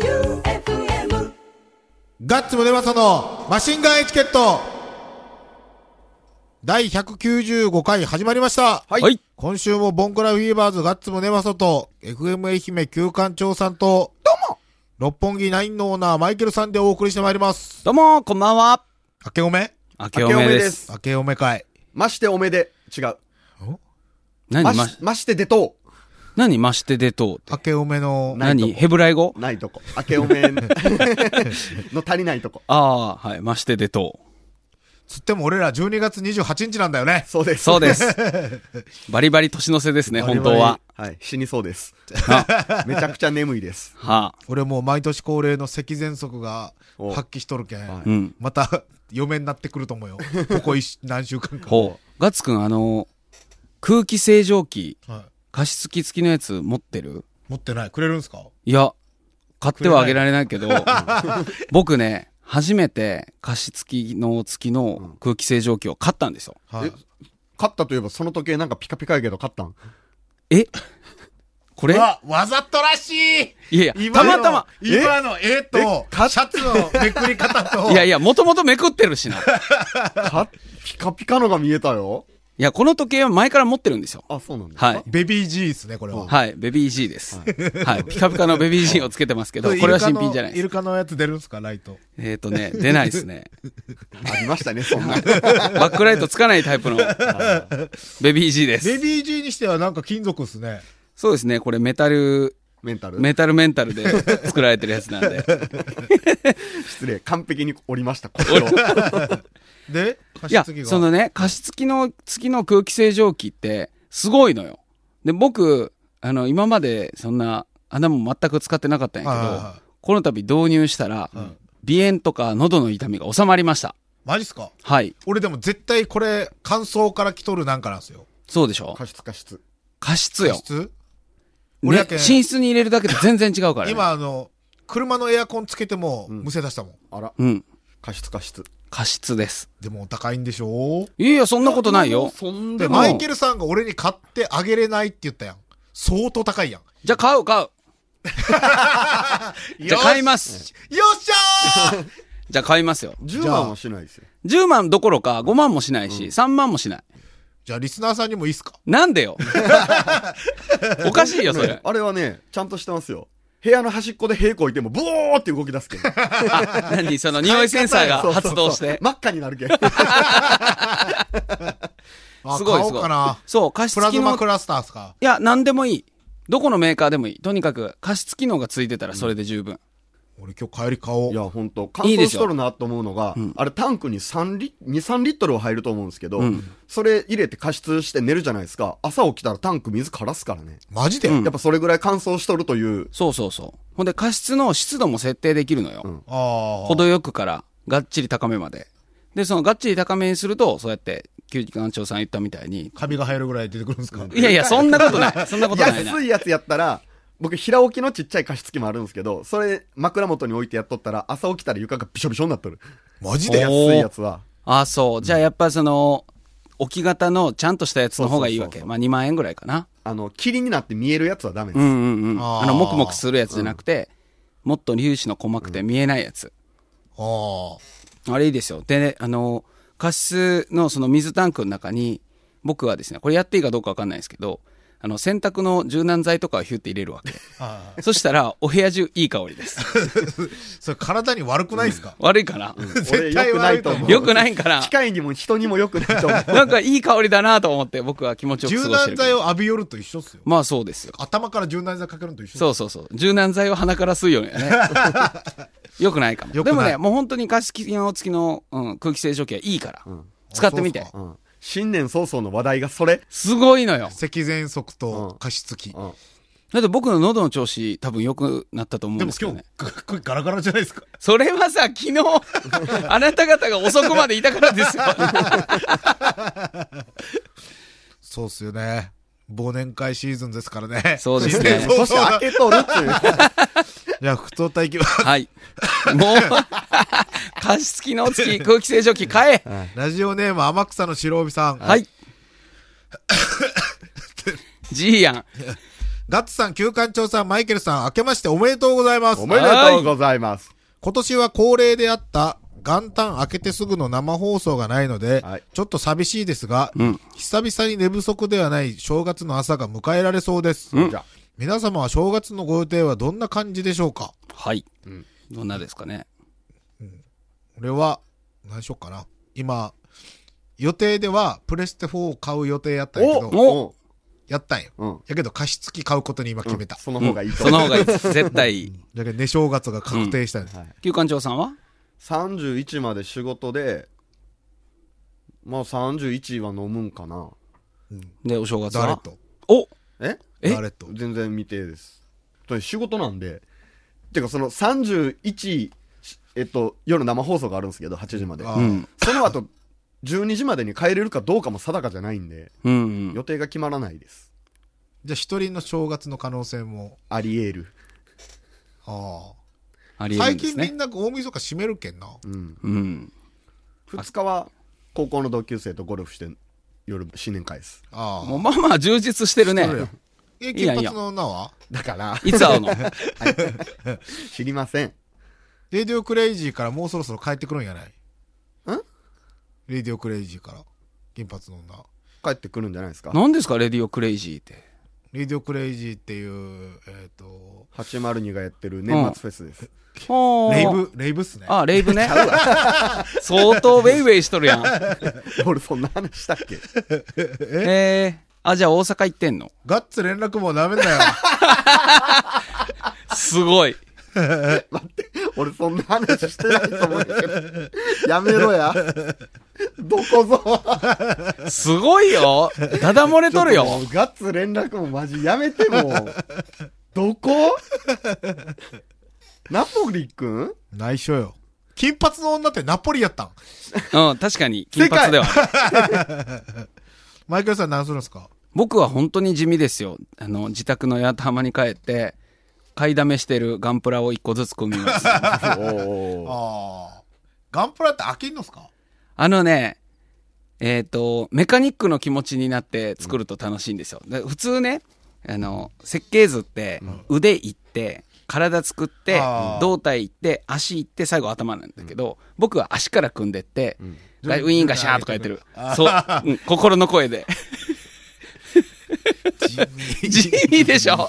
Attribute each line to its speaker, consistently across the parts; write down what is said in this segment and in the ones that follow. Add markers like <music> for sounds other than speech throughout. Speaker 1: J-O-E-U-F-M
Speaker 2: ガッツムネマソのマシンガンエチケット第195回始まりました、
Speaker 3: はい
Speaker 4: はい
Speaker 2: 今週もボンクラフィーバーズガッツムネマソと FM 愛媛旧館長さんとどうも六本木ナインのオーナーマイケルさんでお送りしてまいります。
Speaker 4: どうも、こんばんは。
Speaker 2: 明けおめ
Speaker 4: 明けおめ
Speaker 3: 明けおめ
Speaker 4: で
Speaker 3: です
Speaker 4: す。
Speaker 2: 明けおめ会。
Speaker 3: ましておめで、違う。
Speaker 4: 何
Speaker 3: ま
Speaker 4: ま
Speaker 3: し、、ましてでと
Speaker 4: 何ましてでとうって
Speaker 2: 明けおめの、
Speaker 3: ないとこ
Speaker 4: 何ヘブライ語
Speaker 3: う。ないとこ。明けおめんの足りないとこ。
Speaker 4: ああ、はい。ましてでと
Speaker 2: つっても俺ら12月28日なんだよね。
Speaker 3: そうで
Speaker 4: う。
Speaker 3: す。
Speaker 4: そう
Speaker 3: <laughs>
Speaker 4: です。バリバリ年の瀬ですね、
Speaker 3: 我
Speaker 4: 本
Speaker 3: 々
Speaker 4: 当は。。
Speaker 3: はい。死にそうです。
Speaker 4: は、
Speaker 3: めちゃくちゃ眠いです。
Speaker 4: は、
Speaker 2: 俺もう毎年恒例の咳喘息が
Speaker 3: お
Speaker 2: 発揮しとるけん
Speaker 3: は、
Speaker 4: うん。
Speaker 2: また嫁になってくると思うよ。ここ一何週間か。
Speaker 4: ほう。ガッツくん、あの、空気清浄機、
Speaker 2: はい
Speaker 4: 加湿器付きのやつ持ってる
Speaker 2: 持ってない。くれるんすか
Speaker 4: いや、買ってはあげられないけど、僕ね、初めて加湿器の付きの空気清浄機を買ったんですよ。
Speaker 2: はい
Speaker 3: え。勝ったといえばその時計なんかピカピカやけど勝ったん。
Speaker 4: えこれ
Speaker 2: うわ、わざとらしい
Speaker 4: いやいや、
Speaker 2: 今
Speaker 4: た
Speaker 2: の
Speaker 4: またま。
Speaker 2: 今の絵と、シャツのめくり方と、
Speaker 4: いやいや、もともとめくってるしな。
Speaker 2: <laughs>
Speaker 3: かピカピカのが見えたよ。
Speaker 4: いや、この時計は前から持ってるんですよ。
Speaker 3: あ、そうなんだ。
Speaker 4: はい。
Speaker 2: ベビー G ですね、これは。
Speaker 4: はい、ベビー G です。はい、ピカピカのベビー G をつけてますけど、これは新品じゃない
Speaker 2: イ
Speaker 4: です。
Speaker 2: ルカのやつ出るんすか、ライト。
Speaker 4: えっ、とね、出ないですね。
Speaker 3: ありましたね、そんな。
Speaker 4: バックライトつかないタイプのベビー G で
Speaker 2: ベ
Speaker 4: す。
Speaker 2: ビー G にしてはなんか金属っすね。
Speaker 4: そうですね、これメタル、
Speaker 3: メンタル。
Speaker 4: メタルメンタルで作られてるやつなんで。
Speaker 3: 失礼。完璧に折りました、これを。
Speaker 2: で、
Speaker 4: い
Speaker 2: 加
Speaker 4: や
Speaker 2: 湿器が。、
Speaker 4: そのね、加湿器の付きの空気清浄機って、すごいのよ。で、僕、あの、今までそんな穴も全く使ってなかったん
Speaker 2: はいはいは
Speaker 4: や
Speaker 2: い
Speaker 4: けど、この度導入したら、鼻炎とか喉の痛みが収まりました。
Speaker 2: マジっすか
Speaker 4: はい。
Speaker 2: 俺でも絶対これ、乾燥から来とるなんかなんすよ。
Speaker 4: そうでしょ
Speaker 3: 過失過失。
Speaker 4: 加湿よ
Speaker 2: 加。湿俺
Speaker 4: ね
Speaker 2: や、けん
Speaker 4: 寝室に入れるだけで全然違うから、ね。
Speaker 2: 今あの、車のエアコンつけても、むせ出したもん。
Speaker 3: あら、
Speaker 4: うん。
Speaker 3: 過失過失。
Speaker 4: 加湿です。
Speaker 2: でもお高いんでしょ
Speaker 4: いやいや、そんなことないよ。
Speaker 3: そん
Speaker 2: で、
Speaker 3: で
Speaker 4: も
Speaker 2: マイケルさんが俺に買ってあげれないって言ったやん。相当高いやん。。
Speaker 4: じゃあ買う、買う。じゃあ買いますす。
Speaker 2: よっしゃー
Speaker 4: じゃあ買いますよ。
Speaker 3: 10万はしないですよ。
Speaker 4: 10万どころか5万もしないし、3万もしない。
Speaker 2: <laughs> じゃあリスナーさんにもいいっすか
Speaker 4: なんでよ。 <laughs> おかしいよ、それ。
Speaker 3: あれはね、ちゃんとしてますよ。部屋の端っこで平行いても、ブオーって動き出す
Speaker 4: <laughs>
Speaker 3: けど。
Speaker 4: 何その匂いセンサーが
Speaker 3: そうそうそう
Speaker 4: 発動して。
Speaker 3: 真っ赤になるけん。
Speaker 4: <laughs>
Speaker 2: あ
Speaker 4: すごい
Speaker 2: 買
Speaker 4: す
Speaker 2: おう
Speaker 4: ごい
Speaker 2: かな。。
Speaker 4: そう、加湿
Speaker 2: プラ
Speaker 4: 器
Speaker 2: ズ
Speaker 4: の
Speaker 2: マク。ラスターっすか
Speaker 4: いや、なんでもいい。どこのメーカーでもいい。とにかく、加湿機能がついてたらそれで十分。
Speaker 2: 俺今日帰り買お。
Speaker 3: いうや、ほんと、乾
Speaker 4: いいで
Speaker 3: 燥
Speaker 4: し
Speaker 3: し
Speaker 4: ょ
Speaker 3: とるなと思うのが、あれタンクに3リ、2、3リットルは入ると思うんですけど、
Speaker 4: うん
Speaker 3: それ入れて加湿して寝るじゃないですか。朝起きたらタンク水枯らすからね。
Speaker 2: マジで、
Speaker 4: うん
Speaker 3: やっぱそれぐらい乾燥しとるという、
Speaker 4: そうそうそう。ほんで、加湿の湿度も設定できるのよ。
Speaker 3: ん
Speaker 2: ああ。
Speaker 4: 程よくから、がっちり高めまで。で、そのがっちり高めにすると、そうやって、休日館長さん言ったみたいに、
Speaker 2: カビが入るぐらい出てくるんですか、
Speaker 4: いやいや、そんなこと
Speaker 3: <laughs>
Speaker 4: ない。そんなことないな
Speaker 3: 安。いやつやったら、僕、平置きのちっちゃい加湿器もあるんですけど、それ枕元に置いてやっとったら、朝起きたら床がびしょびしょになっとる。
Speaker 2: マジ
Speaker 4: お
Speaker 2: で
Speaker 4: ー
Speaker 3: 安いやつは。
Speaker 4: あ、そう。じゃあ、やっぱその、置き型のちゃんとしたやつの方がいいわ
Speaker 3: そう
Speaker 4: け。
Speaker 3: そうそうそう
Speaker 4: まあ、2万円ぐらいかな。
Speaker 3: あの、霧になって見えるやつはダメで
Speaker 4: う
Speaker 3: す。
Speaker 4: んうんうん。
Speaker 2: あー
Speaker 4: あの、もくもくするやつじゃなくて、もっと粒子の細くて見えないやつ。
Speaker 2: あー
Speaker 4: あれいいですよ。でね、あの、加湿のその水タンクの中に、僕はですね、これやっていいかどうかわかんないですけど、あの、洗濯の柔軟剤とかをヒュって入れるわけ。
Speaker 2: あー。
Speaker 4: そしたら、お部屋中いい香りです。
Speaker 2: <laughs> それ体に悪くないですか、
Speaker 4: 悪いかな、
Speaker 3: <laughs> 俺、良くないと思う。
Speaker 4: 良くないんかな
Speaker 3: 機械にも人にも良くないと思う。
Speaker 4: なんかいい香りだなと思って僕は気持ちよく過
Speaker 2: 柔
Speaker 4: ごして
Speaker 2: 軟
Speaker 4: る。
Speaker 2: 剤を浴びよると一緒っすよ。
Speaker 4: まあそうですよ。
Speaker 2: 頭から柔軟剤かけるのと一緒
Speaker 4: そうそうそう。柔軟剤を鼻から吸う
Speaker 2: <laughs>
Speaker 4: ようにはね。よくないかも。
Speaker 2: 良く
Speaker 4: で
Speaker 2: ない
Speaker 4: もね、もう本当に加湿器の付きの、うん、空気清浄機はいいから。使ってみ
Speaker 2: あ
Speaker 4: て
Speaker 2: そうっす。
Speaker 3: うん新年早々の話題がそれ。
Speaker 4: すごいのよ。
Speaker 2: 咳喘息と加湿器。
Speaker 3: うん
Speaker 4: だって僕の喉の調子多分良くなったと思うん
Speaker 2: で
Speaker 4: で
Speaker 2: も
Speaker 4: すけ
Speaker 2: 今
Speaker 4: ど
Speaker 2: 日
Speaker 4: ね。、
Speaker 2: これガラガラじゃないですか。
Speaker 4: それはさ、昨日、
Speaker 2: <laughs>
Speaker 4: あなた方が遅くまでいたからですよ。
Speaker 2: そうっすよね。忘年会シーズンですからね。
Speaker 4: そうです
Speaker 2: 新 <laughs>
Speaker 4: ね
Speaker 2: 年早々
Speaker 3: <laughs> 年明けとる
Speaker 4: <laughs>
Speaker 3: っていう。
Speaker 2: じゃあ、太田行きます。
Speaker 4: はい。もう、加湿器の
Speaker 2: <laughs>
Speaker 4: 付き空気清浄機買え。
Speaker 2: ラジオネーム、天草の <laughs> 白帯さん。
Speaker 4: はい。じいやん。
Speaker 2: ガッツさん、旧館長さん、マイケルさん、明けましておめでとうございます
Speaker 3: お。めでとうございます。
Speaker 2: 今年は恒例であった元旦明けてすぐの生放送がないので、
Speaker 3: はい
Speaker 2: ちょっと寂しいですが、
Speaker 4: うん
Speaker 2: 久々に寝不足ではない正月の朝が迎えられそうです。
Speaker 3: じゃあ
Speaker 2: 皆様は正月のご予定はどんな感じでしょうか
Speaker 4: はい、
Speaker 3: うん
Speaker 4: どんなですかね
Speaker 2: 俺は、何しよっかな。今、予定ではプレステ4を買う予定やったんやけど、
Speaker 4: お
Speaker 2: やったんよ。
Speaker 3: うんうん
Speaker 2: やけど加湿器買うことに今決めた。
Speaker 3: その方がいいと
Speaker 4: その方
Speaker 3: 思う。
Speaker 4: がいいです絶対
Speaker 2: だけど寝正月が確定したんです。
Speaker 3: はい
Speaker 4: 旧館長さんは
Speaker 3: 31まで仕事で、まあ31は飲むんかな。
Speaker 4: でお正月
Speaker 2: 誰
Speaker 4: は
Speaker 2: と
Speaker 4: お
Speaker 3: え
Speaker 4: え
Speaker 2: 誰と
Speaker 3: 全然未定です。と仕事なんで、てかその31、えっと、夜生放送があるんですけど、8時まで。
Speaker 2: あ
Speaker 4: う
Speaker 2: ー
Speaker 4: ん
Speaker 3: その後、12時までに帰れるかどうかも定かじゃないんで、
Speaker 4: うんうん
Speaker 3: 予定が決まらないです。
Speaker 2: じゃあ一人の正月の可能性も。
Speaker 3: あり得る。
Speaker 2: ああ。
Speaker 4: ありえる
Speaker 2: 最
Speaker 4: んで
Speaker 2: 近
Speaker 4: す
Speaker 2: みん
Speaker 4: ね
Speaker 2: な大晦日閉めるけんな。
Speaker 3: うん。
Speaker 4: うん
Speaker 3: 2日は、高校の同級生とゴルフして、夜、新年会です。
Speaker 2: あ
Speaker 4: もう
Speaker 2: あ。
Speaker 4: まあまあ充実してるね
Speaker 2: そうやえ、
Speaker 4: い
Speaker 2: 金
Speaker 4: やい
Speaker 2: 髪
Speaker 4: や
Speaker 2: の女は
Speaker 3: だから、
Speaker 4: いつ会うの <laughs>
Speaker 3: 知りません。
Speaker 2: レディオクレイジーからもうそろそろ帰ってくるんやない
Speaker 3: ん
Speaker 2: レディオクレイジーから。金髪の女。
Speaker 3: 帰ってくるんじゃないですか。
Speaker 4: 何ですかレディオクレイジーって
Speaker 2: レディオクレイジーっていう、えっ、と、
Speaker 3: 802がやってる年末フェスです。
Speaker 2: レ
Speaker 4: レ
Speaker 2: イブ、レイブっすね。
Speaker 4: あレイブね相当ウェイウェイしとるやん
Speaker 3: 俺、そんな話したっけ
Speaker 4: えー、あじゃあ大阪行ってんの
Speaker 2: ガッツ連絡もダメだよ。 <laughs>
Speaker 4: すごい
Speaker 3: 待って、俺そんな話してないと思うけど。やめろや。どこぞ。
Speaker 4: すごいよダダ漏れとるよ
Speaker 3: ちょっもうガッツ連絡もマジやめてもう。どこナポリ君
Speaker 2: 内緒よ。金髪の女ってナポリやったん
Speaker 4: うん確かに金髪では
Speaker 2: マイケルさん何するんすか
Speaker 4: 僕は本当に地味ですよあの自宅の八幡浜に帰って買いだめしてるガンプラを一個ずつ組みます
Speaker 3: お
Speaker 4: あ
Speaker 3: ー
Speaker 2: ああ。ガンプラって飽きんのすか
Speaker 4: のねえっ、とメカニックの気持ちになって作ると楽しいんですよで普通ねあの設計図って腕いって体作って
Speaker 2: あー
Speaker 4: 胴体いって足いって最後頭なんだけど、僕は足から組んでって、
Speaker 3: ん
Speaker 4: だいウィーンガシャーとか言ってるそう、うん心の声で
Speaker 2: 地味
Speaker 4: 地味でしょ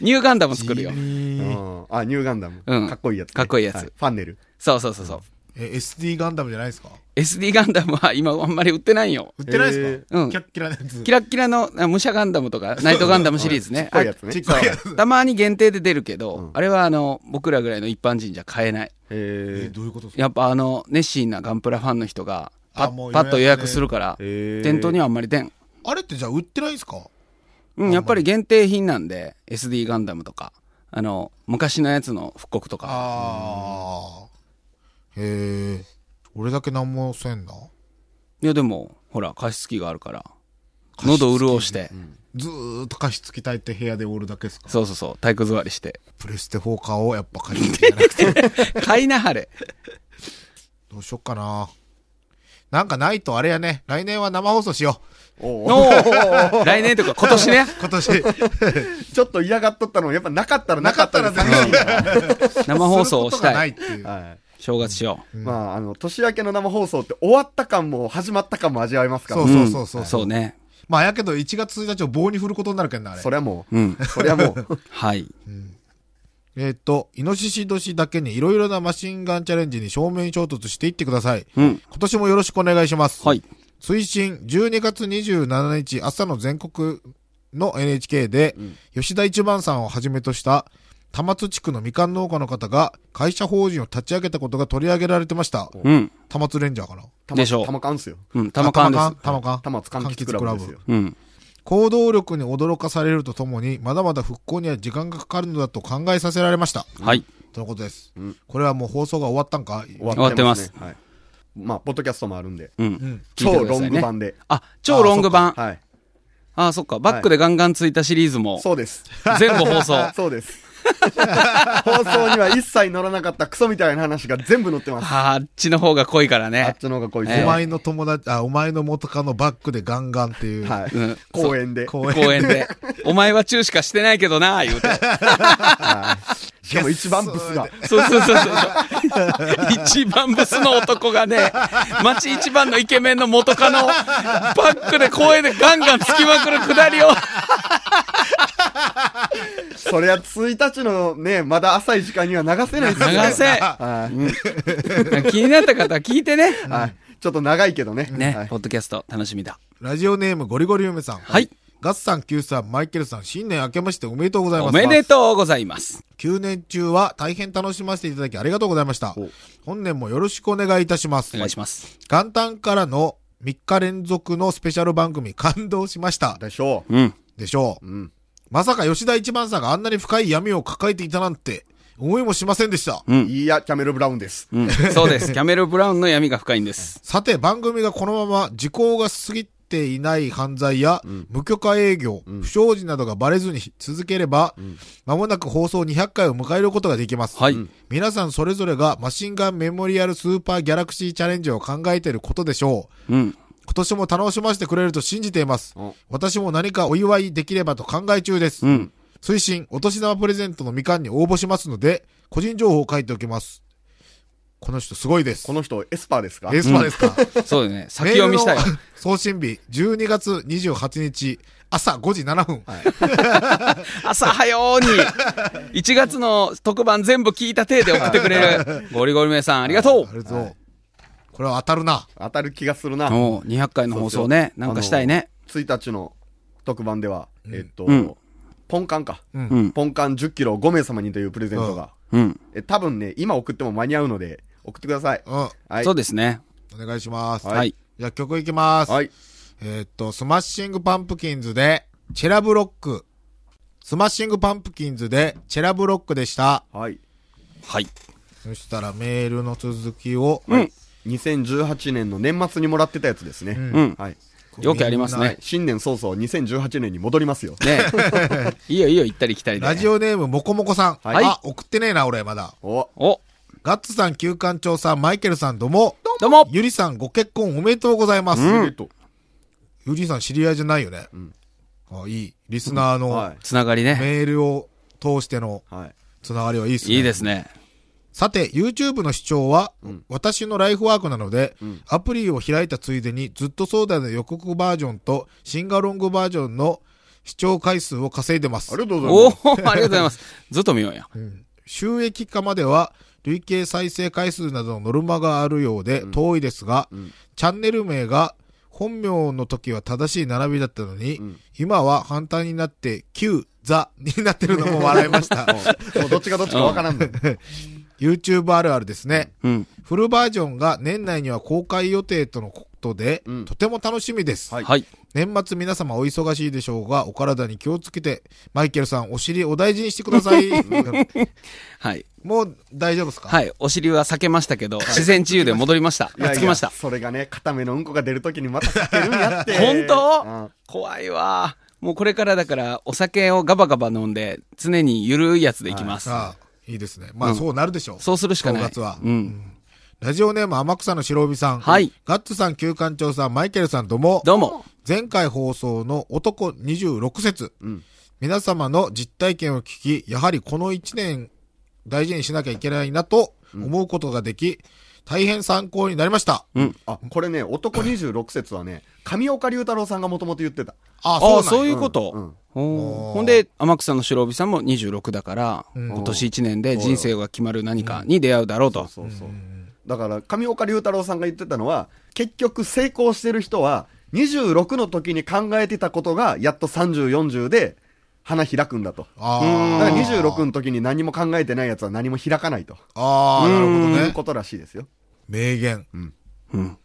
Speaker 4: ニューガンダム作るよ
Speaker 3: うんあ、ニューガンダム。
Speaker 4: うん
Speaker 3: かっこいいやつね、
Speaker 4: かっこいいやつ
Speaker 3: ファンネル。
Speaker 4: そうそうそうそう
Speaker 2: え、SD ガンダムじゃないですか
Speaker 4: SD ガンダムは今あんまり売ってないよ
Speaker 2: 売。ってないですか、
Speaker 4: えーうん
Speaker 2: キラッキラなやつ。
Speaker 4: キラッキラのあ武者ガンダム
Speaker 2: <laughs>
Speaker 4: とか、ナイトガンダムシリーズね。
Speaker 3: かっこいいやつね。
Speaker 2: ちっこいやつ
Speaker 4: あたまに限定で出るけど、
Speaker 3: うん
Speaker 4: あれはあの、僕らぐらいの一般人じゃ買えない。
Speaker 2: え
Speaker 3: えー
Speaker 2: どういうことですか
Speaker 4: やっぱあの、熱心なガンプラファンの人がパ
Speaker 2: あ
Speaker 4: ッ、
Speaker 2: もう予
Speaker 4: パ
Speaker 2: 約
Speaker 4: ッと予約するから、
Speaker 3: えー
Speaker 4: 店頭にはあんまり出ん。
Speaker 2: あれってじゃあ売ってないんすか
Speaker 4: うん、やっぱり限定品なんで、SD ガンダムとか、あの、昔のやつの復刻とか。
Speaker 2: ああ。へえ。俺だけなんもせんな。
Speaker 4: いやでも、ほら、加湿器があるから、喉潤して、
Speaker 2: ずーっと加湿器炊いて部屋でおるだけですか
Speaker 4: そうそうそう、体育座りして。 <laughs>
Speaker 2: プレステ4買おう、やっぱ加湿器じゃなくて。 <laughs>
Speaker 4: 買いなはれ。
Speaker 2: どうしよっかな。なんかないとあれやね。来年は生放送しよ
Speaker 3: おー
Speaker 4: の、来年とか今年ね。
Speaker 2: う。今
Speaker 4: <laughs>
Speaker 2: 年。
Speaker 3: ちょっと嫌がっとったのやっぱなかったらなかったら
Speaker 2: なかったら
Speaker 4: 生放送を
Speaker 2: すること
Speaker 4: し
Speaker 2: がな
Speaker 4: た
Speaker 2: い
Speaker 4: い。
Speaker 2: っていう。
Speaker 3: はい。
Speaker 4: 正月しよう。
Speaker 3: まあ、あの、年明けの生放送って終わった感も始まった感も味わえますから、
Speaker 2: そうそうそうそう。
Speaker 4: んそうね。
Speaker 2: まあやけど1月1日を棒に振ることになるけんな、あれ
Speaker 3: そ。りゃもう、
Speaker 4: うん。
Speaker 3: そりゃ
Speaker 4: <laughs>
Speaker 3: もう、
Speaker 4: はい。
Speaker 2: えっ、と、イノシシ年だけにいろいろなマシンガンチャレンジに正面衝突していってください。
Speaker 4: うん。
Speaker 2: 今年もよろしくお願いします。
Speaker 4: はい。
Speaker 2: 推進12月27日朝の全国の NHK で、吉田一番さんをはじめとした玉津地区のみかん農家の方が会社法人を立ち上げたことが取り上げられてました。
Speaker 4: うん。
Speaker 2: 玉津レンジャーかな
Speaker 3: た
Speaker 4: でしょう
Speaker 3: まかんすよ。
Speaker 4: うん。玉缶で
Speaker 2: あ
Speaker 4: す。
Speaker 2: 玉缶
Speaker 3: 玉つかんきつクラブですよ。。
Speaker 4: うん。
Speaker 2: 行動力に驚かされるとともに、まだまだ復興には時間がかかるのだと考えさせられました。
Speaker 4: はい。
Speaker 2: とのことです。これはもう放送が終わったんか
Speaker 3: 終
Speaker 4: わってます
Speaker 3: ねはい。まあ、ポッドキャストもあるんで、
Speaker 4: うん。
Speaker 2: ん。
Speaker 4: 聞いて
Speaker 3: 超
Speaker 4: くだ
Speaker 3: ロ
Speaker 4: さ
Speaker 3: ン
Speaker 4: いね
Speaker 3: グ版で。
Speaker 4: あ、超ロング版。
Speaker 3: はい。
Speaker 4: あ、そっか。バックでガンガンついたシリーズも、
Speaker 3: そうです。 <laughs>。
Speaker 4: 全部放送
Speaker 3: そうです。 <laughs> 放送には一切乗らなかったクソみたいな話が全部載ってます。
Speaker 4: あっちの方が濃いから
Speaker 3: あっ
Speaker 4: ね。
Speaker 3: ちの方がこいつ。
Speaker 4: ええ
Speaker 2: お前の友達、あ、お前の元カノバックでガンガンっていう。
Speaker 3: はい
Speaker 4: うん。
Speaker 3: 公園で。
Speaker 2: 公
Speaker 4: 公園で。お前はチューしかしてないけどな、言うて。
Speaker 3: しかも一番ブスが。
Speaker 4: そうそうそうそう。一番ブスの男がね、町一番のイケメンの元カノを、バックで公園でガンガンつきまくるくだりを、
Speaker 3: そりゃ1日のね、まだ浅い時間には流せないですよ
Speaker 4: 流せ。
Speaker 3: はい
Speaker 4: 気になった方は聞いてね。
Speaker 3: はい。ちょっと長いけどね。
Speaker 4: ね、
Speaker 3: はい
Speaker 4: ポッドキャスト楽しみだ。
Speaker 2: ラジオネームゴリゴリ梅さん。
Speaker 4: はい。
Speaker 2: ガッツさん、キューさん、マイケルさん、新年明けましておめでとうございま
Speaker 4: お
Speaker 2: す。
Speaker 4: めでとうございます。
Speaker 2: 9年中は大変楽しませていただきありがとうございました
Speaker 3: お。
Speaker 2: 本年もよろしくお願いいたします。
Speaker 4: お願いします。
Speaker 2: 元旦からの3日連続のスペシャル番組感動しました。
Speaker 3: でしょ
Speaker 4: うん。
Speaker 2: でしょう
Speaker 3: う。。うん。
Speaker 2: まさか吉田一番さんがあんなに深い闇を抱えていたなんて思いもしませんでした。
Speaker 4: うん。
Speaker 3: いや、キャメル・ブラウンです。
Speaker 4: うん、そうです。キャメル・ブラウンの闇が深いんです。
Speaker 2: さて、番組がこのまま時効が過ぎていない犯罪や、無許可営業、不祥事などがバレずに続ければ、間もなく放送200回を迎えることができます。
Speaker 4: はい。
Speaker 2: 皆さんそれぞれがマシンガンメモリアルスーパーギャラクシーチャレンジを考えていることでしょう。
Speaker 4: うん。
Speaker 2: 今年も楽しませてくれると信じています
Speaker 3: お。
Speaker 2: 私も何かお祝いできればと考え中です。
Speaker 4: うん。
Speaker 2: 推進、お年玉プレゼントのみかんに応募しますので、個人情報を書いておきます。この人すごいです。
Speaker 3: この人、エスパーですか
Speaker 2: エースパーですか、
Speaker 4: そうだね。先読みしたい
Speaker 2: メー。ルの <laughs> 送信日、12月28日、朝5時7分。
Speaker 4: 朝早うに、1月の特番全部聞いた体で送ってくれる、ゴリゴリメさん、ありがとう
Speaker 2: あれぞ、これは当たるな。
Speaker 3: 当たる気がするな。
Speaker 4: おう200回の放送ね、
Speaker 3: そうですよ
Speaker 4: なんかしたいね。
Speaker 3: 1日の特番では、えっと、
Speaker 4: ん
Speaker 3: ポンカンか。
Speaker 4: うん。
Speaker 3: ポンカン10キロを5名様にというプレゼントが。
Speaker 4: うん。
Speaker 3: え多分ね、今送っても間に合うので、送ってください。
Speaker 2: うん。お
Speaker 3: はい。
Speaker 4: そうですね。
Speaker 2: 願いします。
Speaker 4: はい。
Speaker 2: じゃあ曲いきます。
Speaker 3: はい。
Speaker 2: えーっと、スマッシングパンプキンズで、チェラブロック。スマッシングパンプキンズで、チェラブロックでした。
Speaker 3: はい。
Speaker 4: はい。
Speaker 2: そしたらメールの続きを、
Speaker 4: うん。
Speaker 3: 2018年の年末にもらってたやつですね。
Speaker 4: うん。
Speaker 3: はい。
Speaker 4: よくあります
Speaker 2: みん
Speaker 4: ね
Speaker 2: な。
Speaker 3: 新年早々、2018年に戻りますよ。
Speaker 4: ねいいよいいよ、行ったり来たりで。
Speaker 2: ラジオネームもこもこさん。
Speaker 3: はい
Speaker 2: あ、送ってねえな、俺、まだ。
Speaker 3: お、
Speaker 4: お、
Speaker 2: ガッツさん、旧館長さん、マイケルさん、どうも。
Speaker 4: どうも
Speaker 2: ゆりさん、ご結婚おめでとうございます。
Speaker 3: えっと、
Speaker 2: ゆりさん、知り合いじゃないよね。あいい。リスナー
Speaker 3: は
Speaker 2: の
Speaker 4: つながりね。
Speaker 2: メールを通しての
Speaker 3: い。はい。
Speaker 2: つながりはいいですね。
Speaker 4: いいですね。
Speaker 2: さて、YouTube の視聴は、私のライフワークなので、アプリを開いたついでに、ずっとそうだね予告バージョンと、シンガロングバージョンの視聴回数を稼いでます
Speaker 3: あり。がとうござい
Speaker 4: おお
Speaker 3: ます。
Speaker 4: ー、ありがとうございます。ずっと見ようや。
Speaker 2: 収益化までは、累計再生回数などのノルマがあるようで遠いですが、チャンネル名が本名の時は正しい並びだったのに、今は反対になって、旧ザになってるのも笑いました。
Speaker 3: <laughs> もうどっちがどっちかわからんの。
Speaker 2: YouTube あるあるですね。
Speaker 4: うん。
Speaker 2: フルバージョンが年内には公開予定とのことで、
Speaker 3: うん
Speaker 2: とても楽しみです。
Speaker 3: はい
Speaker 4: はい。
Speaker 2: 年末皆様お忙しいでしょうが、お体に気をつけて、マイケルさんお尻お大事にしてくだ
Speaker 3: <laughs>
Speaker 2: さい。
Speaker 4: はい。
Speaker 2: もう大丈夫ですか
Speaker 4: はい。お尻は避けましたけど、自然治癒で戻りました。
Speaker 3: いやいや
Speaker 4: つきました。
Speaker 3: それがね、固めのうんこが出るときにまたかけるんやって。
Speaker 4: 本
Speaker 3: うん
Speaker 4: 当怖いわ。もうこれからだから、お酒をガバガバ飲んで、常にゆるいやつでいきます。
Speaker 2: ああ、いいですね。まあ、そうなるでしょう。
Speaker 4: そうするしかない。
Speaker 2: 正月は。
Speaker 4: うん。
Speaker 2: ラジオネーム天草の白帯さん。
Speaker 4: はい
Speaker 2: ガッツさん、旧館長さん、マイケルさん、どうも。
Speaker 4: どうも。
Speaker 2: 前回放送の男26節。
Speaker 3: ん
Speaker 2: 皆様の実体験を聞き、やはりこの1年大事にしなきゃいけないなと思うことができ、大変参考になりました。
Speaker 3: あ、これね、男26節はね、上岡龍太郎さんがもともと言ってた。
Speaker 2: ああ、
Speaker 4: ああ、
Speaker 2: そ
Speaker 4: そうう
Speaker 2: なん
Speaker 4: い
Speaker 2: や
Speaker 4: うこと。
Speaker 3: うんうん
Speaker 4: ほ
Speaker 2: おー
Speaker 4: うほんで、天草の白帯さんも26だから、
Speaker 2: ん
Speaker 4: 今年1年で人生が決まる何かに出会うだろうと。
Speaker 3: そうそう。だから、上岡龍太郎さんが言ってたのは、結局成功してる人は、26の時に考えてたことが、やっと30、40で、花開くんだと。だ
Speaker 2: あ
Speaker 3: から
Speaker 2: あ。
Speaker 3: 26の時に何も考えてないやつは何も開かないと。
Speaker 2: ああ、なるほど
Speaker 3: いう
Speaker 2: ね。
Speaker 3: ことらしいですよ。
Speaker 2: 名言。
Speaker 4: うん。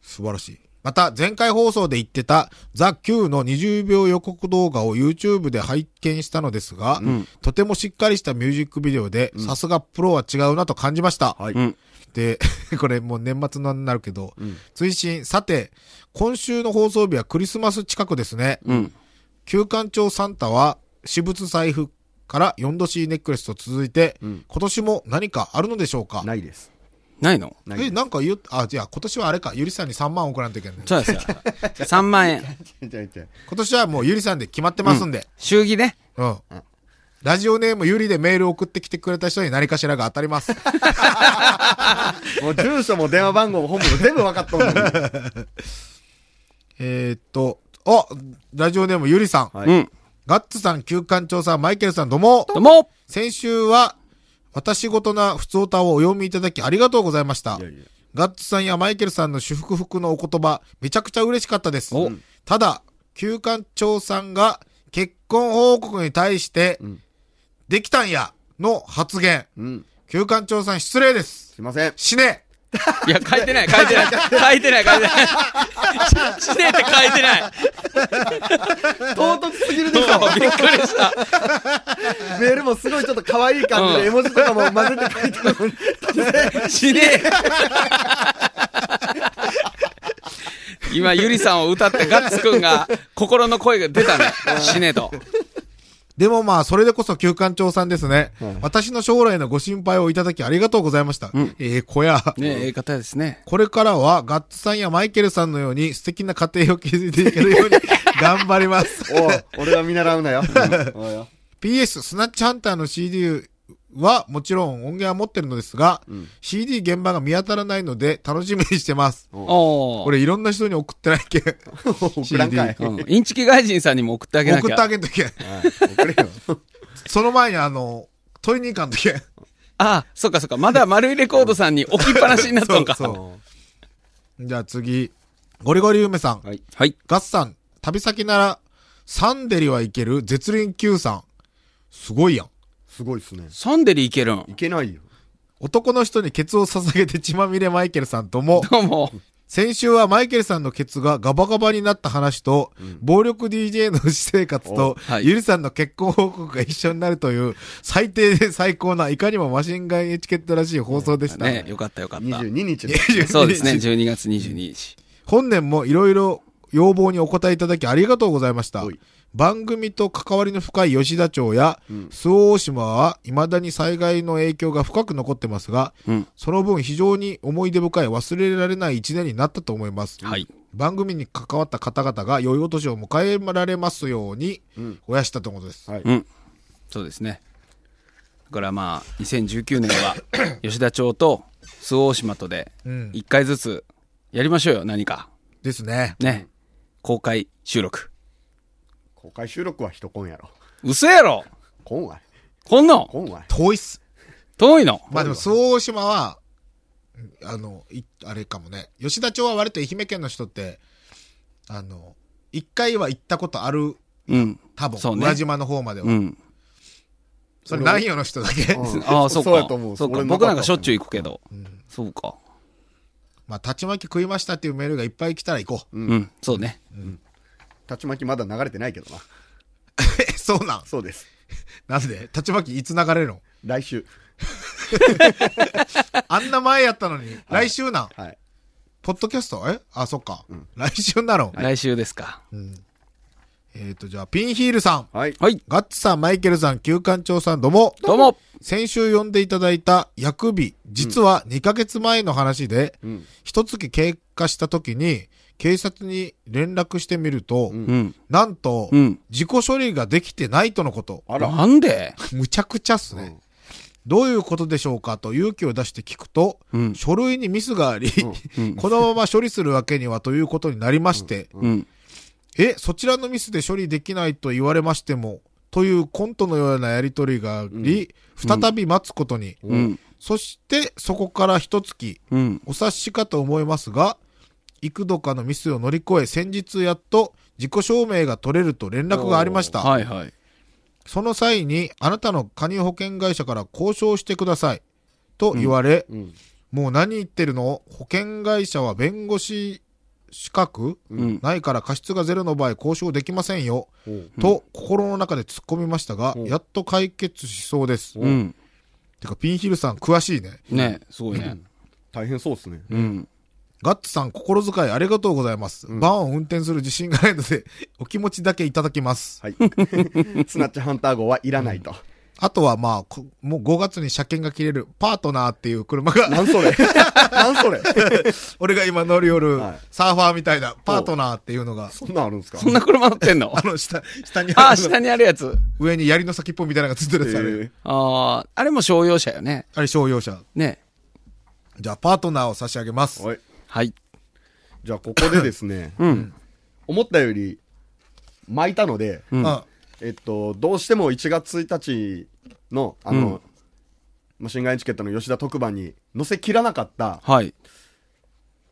Speaker 2: 素晴らしい。また、前回放送で言ってた、ザ・ Q の20秒予告動画を YouTube で拝見したのですが、とてもしっかりしたミュージックビデオで、さすがプロは違うなと感じました。
Speaker 3: はい
Speaker 4: うん。
Speaker 2: で、 <laughs> これもう年末のになるけど、追伸、さて、今週の放送日はクリスマス近くですね。
Speaker 4: うん。
Speaker 2: 旧館長サンタは、私物財布から 4°C ネックレスと続いて、
Speaker 3: うん
Speaker 2: 今年も何かあるのでしょうか
Speaker 3: ないです。
Speaker 4: ないの
Speaker 3: ないで
Speaker 2: え、
Speaker 3: す
Speaker 2: なんか言う、あ、じゃあ今年はあれか、ゆりさんに3万送らんといけんね。
Speaker 4: そうですよ。3万円。
Speaker 3: ちょいちょい
Speaker 2: 今年はもうゆりさんで決まってますんで。
Speaker 4: 祝儀ね。
Speaker 2: うん。ラジオネームゆりでメール送ってきてくれた人に何かしらが当たり
Speaker 3: <laughs>
Speaker 2: ます。
Speaker 3: もう住所も電話番号も本部も全部分かっと
Speaker 2: <laughs>
Speaker 3: んのに
Speaker 2: えーっと、あラジオネームゆりさん。
Speaker 3: はい
Speaker 4: うん。
Speaker 2: ガッツさん、旧館長さん、マイケルさん、どうも。
Speaker 4: どうも
Speaker 2: 先週は、私事な普通歌をお読みいただきありがとうございました。
Speaker 3: いやいや
Speaker 2: ガッツさんやマイケルさんの主服服のお言葉、めちゃくちゃ嬉しかったです
Speaker 4: お。
Speaker 2: ただ、旧館長さんが結婚報告に対して、
Speaker 3: ん
Speaker 2: できたんやの発言。
Speaker 3: うん。
Speaker 2: 旧館長さん失礼です。
Speaker 3: すいません。
Speaker 2: 死ね
Speaker 4: いや、書いてない、書いてない。書いてない、書いてない。しねって書いてない。
Speaker 3: 唐突すぎるでしょ
Speaker 2: <laughs>
Speaker 4: びっくりした。
Speaker 3: メールもすごいちょっと可愛い感じで、絵文字とかも混ぜて書いてるのに。
Speaker 4: しねえ。今、ゆりさんを歌ってガッツくんが心の声が出たね。しねえと。
Speaker 2: でもまあ、それでこそ旧館長さんですね、私の将来のご心配をいただきありがとうございました。ええ子や。
Speaker 4: ねえ、ええ方ですね。
Speaker 2: これからは、ガッツさんやマイケルさんのように素敵な家庭を築いていけるように頑張ります。
Speaker 3: おう俺は見習うなよ。おうよ
Speaker 2: PS、スナッチハンターの CD はもちろん音源は持ってるのですが、CD 現場が見当たらないので楽しみにしてます。
Speaker 4: お
Speaker 2: 俺いろんな人に送ってないけん。
Speaker 3: 送らんかい。
Speaker 4: お。うんインチキ外人さんにも送ってあげなき
Speaker 2: 送ってあ
Speaker 4: ゃ。
Speaker 2: げんとけん。
Speaker 3: 送れよ。
Speaker 2: その前にあの、取りに行かんとけん。
Speaker 4: あ、そっかそっか。まだ丸いレコードさんに置きっぱなしになったのか。
Speaker 2: そうそう。じゃあ次、ゴリゴリ梅さん。
Speaker 3: はい。
Speaker 4: はい。
Speaker 2: ガッさん、旅先なら、サンデリは行ける絶輪 Q さん。すごいやん。
Speaker 3: すごいっすね。
Speaker 4: サンデリいけるん
Speaker 3: い。けないよ。
Speaker 2: 男の人にケツを捧げて血まみれマイケルさんとも、
Speaker 4: どうも。
Speaker 2: 先週はマイケルさんのケツがガバガバになった話と、暴力 DJ の私生活と、
Speaker 4: おはい
Speaker 2: ゆりさんの結婚報告が一緒になるという、最低で最高ないかにもマシンガンエチケットらしい放送でした。
Speaker 4: ねよかったよかった
Speaker 3: 22。日の。
Speaker 4: そうですね、12月22日。
Speaker 2: 本年もいろいろ要望にお答えいただきありがとうございました
Speaker 3: おい。
Speaker 2: 番組と関わりの深い吉田町や、周防大島は未だに災害の影響が深く残ってますが、
Speaker 4: うん。
Speaker 2: その分非常に思い出深い忘れられない一年になったと思います。
Speaker 4: はい。
Speaker 2: 番組に関わった方々が良いお年を迎えられますように、おやしたということです。
Speaker 3: はい。
Speaker 4: うん。そうですね。だからまあ、2019年 <coughs> は、吉田町と周防大島とで、
Speaker 2: ん
Speaker 4: 1回ずつやりましょうよ、何か。
Speaker 2: ですね。
Speaker 4: ね。公開収録。
Speaker 3: 公開収録は一コンやろ。
Speaker 4: 嘘やろ
Speaker 3: コンは、
Speaker 4: こんなん
Speaker 3: コンは。
Speaker 2: 遠いっす。
Speaker 4: 遠いの
Speaker 2: まあでも、周防大島は、あの、いあれかもね。吉田町は割と愛媛県の人って、あの、一回は行ったことある、
Speaker 4: うん。
Speaker 2: 多分。
Speaker 4: そうね
Speaker 2: 宇和島の方までは。
Speaker 4: うん。
Speaker 2: それ、南予の人だけ。 <laughs>
Speaker 3: うん
Speaker 4: ああ、そうか。
Speaker 3: そうやと思う。
Speaker 4: そうか。
Speaker 3: 俺
Speaker 4: 僕なんかしょっ
Speaker 3: ちゅ
Speaker 4: ちゅう行くけど。そうか。
Speaker 2: まあ、立ち巻き食いましたっていうメールがいっぱい来たら行こう。
Speaker 4: うん。そうね。
Speaker 3: う。立ち巻きまだ流れてないけどな。
Speaker 2: え、 <laughs> そうなん。
Speaker 3: そうです。
Speaker 2: なんで立ち巻きいつ流れる
Speaker 4: <laughs>
Speaker 2: の
Speaker 3: 来週。
Speaker 2: あんな前やったのに、来週なん。
Speaker 3: はい。
Speaker 2: ポッドキャストえあ、そっか。来週なの。
Speaker 4: 来週ですか。
Speaker 2: えっと、じゃあ、ピンヒールさん。
Speaker 3: はい。
Speaker 4: はい。
Speaker 2: ガッツさん、マイケルさん、旧館長さん、どうも。
Speaker 4: どうも。
Speaker 2: 先週呼んでいただいた薬日、実は2ヶ月前の話で、一月経過した時に、警察に連絡してみると、
Speaker 4: うん。
Speaker 2: なんと、
Speaker 4: うん
Speaker 2: 自己処理ができてないとのこと。
Speaker 3: あら。
Speaker 4: なんで
Speaker 2: むちゃくちゃっすね。
Speaker 3: うん
Speaker 2: どういうことでしょうかと勇気を出して聞くと、
Speaker 4: うん
Speaker 2: 書類にミスがあり、 <laughs> このまま処理するわけにはということになりまして、
Speaker 4: うん。
Speaker 2: え、そちらのミスで処理できないと言われましても、というコントのようなやりとりがあり、再び待つことに、
Speaker 4: うん。
Speaker 2: そしてそこから一月、
Speaker 4: うん。
Speaker 2: お察しかと思いますが、幾度かのミスを乗り越え、先日やっと自己証明が取れると連絡がありました。
Speaker 4: はいはい。
Speaker 2: その際に、あなたの加入保険会社から交渉してください。と言われ、
Speaker 3: ん
Speaker 2: もう何言ってるの保険会社は弁護士資格、
Speaker 4: うん
Speaker 2: ないから過失がゼロの場合交渉できませんよ。と、心の中で突っ込みましたが、やっと解決しそうです。
Speaker 4: うん。
Speaker 2: てか、ピンヒルさん詳しいね。
Speaker 4: ねすごいね。
Speaker 3: 大変そうっすね。
Speaker 4: うん。
Speaker 2: ガッツさん心遣いありがとうございます。バンを運転する自信が <laughs> ないので、お気持ちだけいただきます。
Speaker 3: はい。スナッチハンター号はいらないと。
Speaker 2: あとはまあ、こもう5月に車検が切れるパートナーっていう車が、
Speaker 3: なんそれ <laughs> なんそれ
Speaker 2: 俺が今乗り寄る
Speaker 3: はい
Speaker 2: サーファーみたいなパートナーっていうのが、
Speaker 3: そんなんあるんですか
Speaker 4: そんな車乗ってん <laughs> の
Speaker 2: あの下、下に
Speaker 4: あ
Speaker 2: あ
Speaker 4: あ、
Speaker 2: る
Speaker 4: 下にあるやつ。
Speaker 2: 上に槍の先っぽみたいなのがついてるやつある。
Speaker 3: えー
Speaker 4: ああ、あれも商用車よね。
Speaker 2: あれ商用車。
Speaker 4: ね。
Speaker 2: じゃあパートナーを差し上げます。
Speaker 3: はい。
Speaker 4: はい。
Speaker 3: じゃあ、ここでですね、
Speaker 4: うん。
Speaker 3: 思ったより巻いたので、
Speaker 4: うん
Speaker 2: あ
Speaker 3: えっと、どうしても1月1日の、あの、マシンガンエチケットの吉田特番に載せきらなかった、
Speaker 4: はい。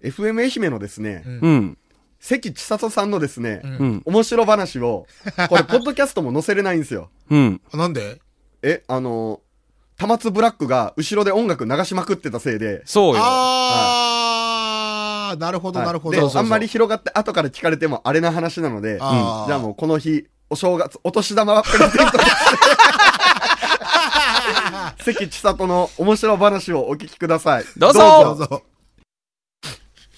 Speaker 3: FM 愛媛のですね、
Speaker 4: うん。
Speaker 3: 関千里さんのですね、
Speaker 4: ん
Speaker 3: 面白話を、これ、ポッドキャストも載せれないんですよ。
Speaker 4: うん。
Speaker 2: なんで
Speaker 3: え、あの、玉津ブラックが後ろで音楽流しまくってたせいで、
Speaker 4: そうよ。
Speaker 2: あー、なるほど、
Speaker 3: はい
Speaker 2: なるほ
Speaker 3: で
Speaker 2: ど。
Speaker 3: あんまり広がって後から聞かれてもあれな話なので、じ
Speaker 2: あー
Speaker 3: ゃあもうこの日、お正月、お年玉ばっかりで <laughs> 関千里の面白話をお聞きください。
Speaker 4: どうぞ
Speaker 2: どう <laughs> ぞ。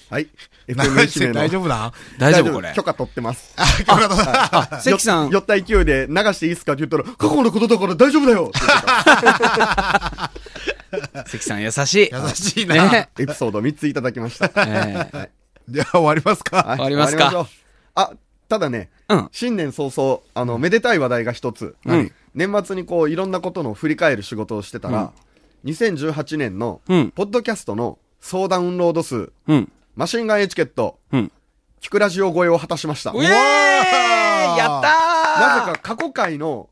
Speaker 3: はい。
Speaker 2: 何
Speaker 3: FM
Speaker 2: して <laughs>
Speaker 3: 愛
Speaker 2: 大
Speaker 3: 媛の
Speaker 2: 丈夫なん
Speaker 4: 大丈夫これ
Speaker 3: 許。可取ってます。
Speaker 2: あ、よかった
Speaker 4: あ、関さん
Speaker 3: よ。寄った勢いで流していいっすかって言ったら、過去のことだから大丈夫だよって言ってた
Speaker 4: 関さん優しい。
Speaker 2: 優しいな。
Speaker 4: ね。
Speaker 3: <laughs> エピソード3ついただきました。
Speaker 4: えー
Speaker 2: じゃあ終わりますか。
Speaker 3: はい
Speaker 4: 終わりますか
Speaker 3: 終わりしょうあ、ただね、
Speaker 4: うん。
Speaker 3: 新年早々、あの、めでたい話題が一つ。
Speaker 4: うん
Speaker 3: 年末にこう、いろんなことの振り返る仕事をしてたら、2018年の、
Speaker 4: うん
Speaker 3: ポッドキャストの総ダウンロード数、
Speaker 4: うん。
Speaker 3: マシンガンエチケット、
Speaker 4: うん。
Speaker 3: キクラジオ超えを果たしました。
Speaker 4: う
Speaker 3: な
Speaker 4: えー
Speaker 3: ぜ
Speaker 4: やったー
Speaker 3: か過去回の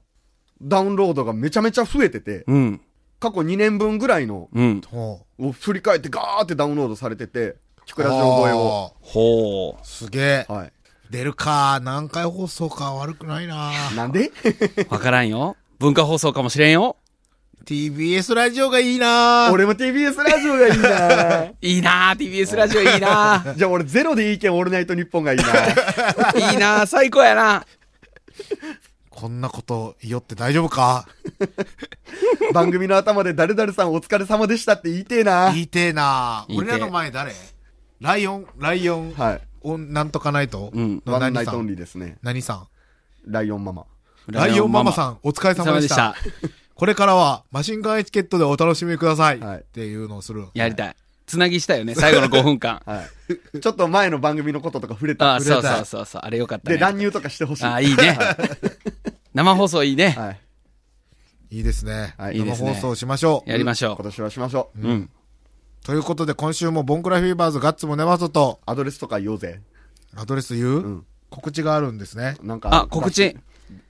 Speaker 3: ダウンロードがめちゃめちゃ増えてて、
Speaker 4: うん。
Speaker 3: 過去2年分ぐらいの
Speaker 4: うん。
Speaker 2: ほ
Speaker 3: を振り返ってガーってダウンロードされてて、キ
Speaker 2: う
Speaker 3: クラジオ超えを。
Speaker 2: あ
Speaker 4: ほ
Speaker 2: ーすげえ。
Speaker 3: はい。
Speaker 2: 出るか。何回放送か悪くないな。
Speaker 3: なんで <laughs>
Speaker 4: う。わからんよ。文化放送かもしれんよ。
Speaker 2: TBS ラジオがいいな。
Speaker 3: 俺も TBS ラジオがいいない
Speaker 4: いなー TBS ラジオいいなー <laughs>
Speaker 3: じゃあ俺ゼロでいいけん、オールナイトニッポンがいいない
Speaker 4: いなー最高やな
Speaker 2: こんなこと言って大丈夫か
Speaker 3: 番組の頭で誰々さんお疲れ様でしたって言いてえな。
Speaker 2: 言いてえな。
Speaker 4: 言いて
Speaker 2: 俺
Speaker 4: え
Speaker 2: らの前誰ライオン、ライオン、
Speaker 3: はい。
Speaker 2: おなんとかないと
Speaker 4: うん
Speaker 2: の
Speaker 3: ワン
Speaker 2: 何
Speaker 3: ナイ
Speaker 2: さ
Speaker 3: トオン
Speaker 2: ん
Speaker 3: リーですね。
Speaker 2: 何さん
Speaker 3: ライオンママ。
Speaker 2: ライオンママ
Speaker 4: ん。
Speaker 2: さん、お疲れ
Speaker 4: お疲
Speaker 2: 様
Speaker 4: れ様
Speaker 2: で
Speaker 4: で
Speaker 2: し
Speaker 4: したた。。
Speaker 2: これからは、マシンガンエチケットでお楽しみください。
Speaker 3: はい。
Speaker 2: っていうのをする。
Speaker 4: やりたい。つなぎしたよね、最後の5分間 <laughs>
Speaker 3: はい。ちょっと前の番組のこととか触れ
Speaker 4: あ
Speaker 3: た。
Speaker 4: あ、そ
Speaker 3: 触れ
Speaker 4: う
Speaker 3: た
Speaker 4: そうそうそう。あれよかったね。
Speaker 3: で、乱入とかしてほしい。
Speaker 4: ああ、いいね。
Speaker 3: <laughs>
Speaker 4: 生放送いいね。
Speaker 3: はい。
Speaker 2: いいですね。
Speaker 3: はい
Speaker 4: いいですね
Speaker 2: 生放送しましょう。
Speaker 4: やりまし
Speaker 3: 今
Speaker 4: ょ
Speaker 3: 年はしましょう。
Speaker 4: う。うん。
Speaker 2: ということで、今週もボンクラフィーバーズガッツムネマソと、
Speaker 3: アドレスとか言おうぜ。
Speaker 2: アドレス言う、
Speaker 3: ん
Speaker 2: 告知があるんですね。
Speaker 3: なんか。
Speaker 4: あ、告知。。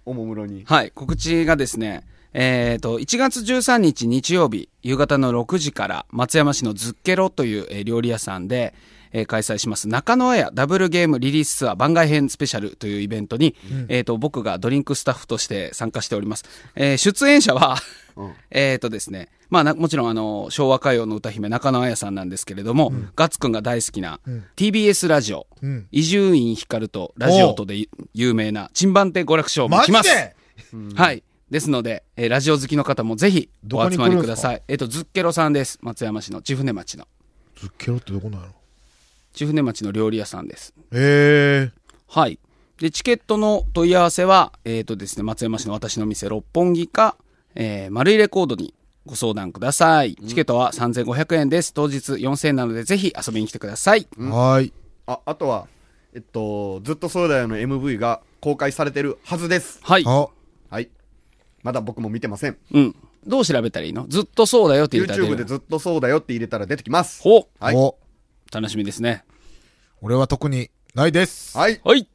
Speaker 3: おもむろに。
Speaker 4: はい、告知がですね、えっ、と、1月13日日曜日、夕方の6時から、松山市のズッケロという、えー料理屋さんで、えー開催します、中野屋ダブルゲームリリースツアー番外編スペシャルというイベントに、えっ、と、僕がドリンクスタッフとして参加しております。えー出演者は、 <laughs> えっとですね、まあな、もちろんあの、昭和歌謡の歌姫中野彩さんなんですけれども、ガッツくんが大好きな、TBS ラジオ
Speaker 2: ん、
Speaker 4: 伊集院光とラジオとで有名な、チンバンテ娯楽賞も
Speaker 2: マ
Speaker 4: 来
Speaker 2: ジ
Speaker 4: ます
Speaker 2: で
Speaker 4: はい。ですので、えーラジオ好きの方もぜひ
Speaker 2: どこ
Speaker 4: お
Speaker 2: に
Speaker 4: 集
Speaker 2: 来
Speaker 4: ま
Speaker 2: るん
Speaker 4: り
Speaker 2: ですか
Speaker 4: ください。えっ、と、ズッケロさんです。松山市の千船町の。
Speaker 2: ズッケロってどこなの
Speaker 4: 千船町の料理屋さんです。
Speaker 2: え
Speaker 4: はい。で、チケットの問い合わせは、えっ、とですね、松山市の私の店、六本木か、えー、丸いレコードにご相談ください。チケットは3500円です。当日4000円なので、ぜひ遊びに来てください。
Speaker 2: ー。はーい。
Speaker 3: あ、あとは、えっと、ずっとそうだよの MV が公開されてるはずです。
Speaker 4: はい。
Speaker 2: あ、
Speaker 3: はい。まだ僕も見てません。
Speaker 4: うん。どう調べたらいいのずっとそうだよって言ったら出
Speaker 3: YouTube
Speaker 4: る
Speaker 3: でずっとそうだよって入れたら出てきます。
Speaker 4: ほう
Speaker 3: はい
Speaker 2: お
Speaker 4: 楽しみですね。
Speaker 2: 俺は特にないです。
Speaker 3: はい。
Speaker 4: はい。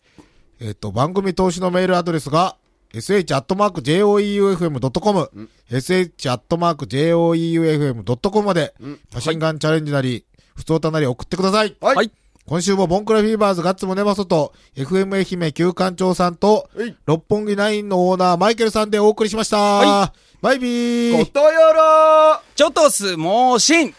Speaker 2: えっ、と、番組投資のメールアドレスが、sh.joeufm.com、sh.joeufm.com まで、マシンガンチャレンジなり、不相たなり送ってください。
Speaker 3: はい
Speaker 4: はい。
Speaker 2: 今週もボンクラフィーバーズガッツムネマソと、FM 愛媛旧館長さんと
Speaker 3: はい、
Speaker 2: 六本木ナインのオーナーマイケルさんでお送りしました。
Speaker 4: は
Speaker 2: バイビー
Speaker 3: ことよろー
Speaker 4: ちょっとすもうしん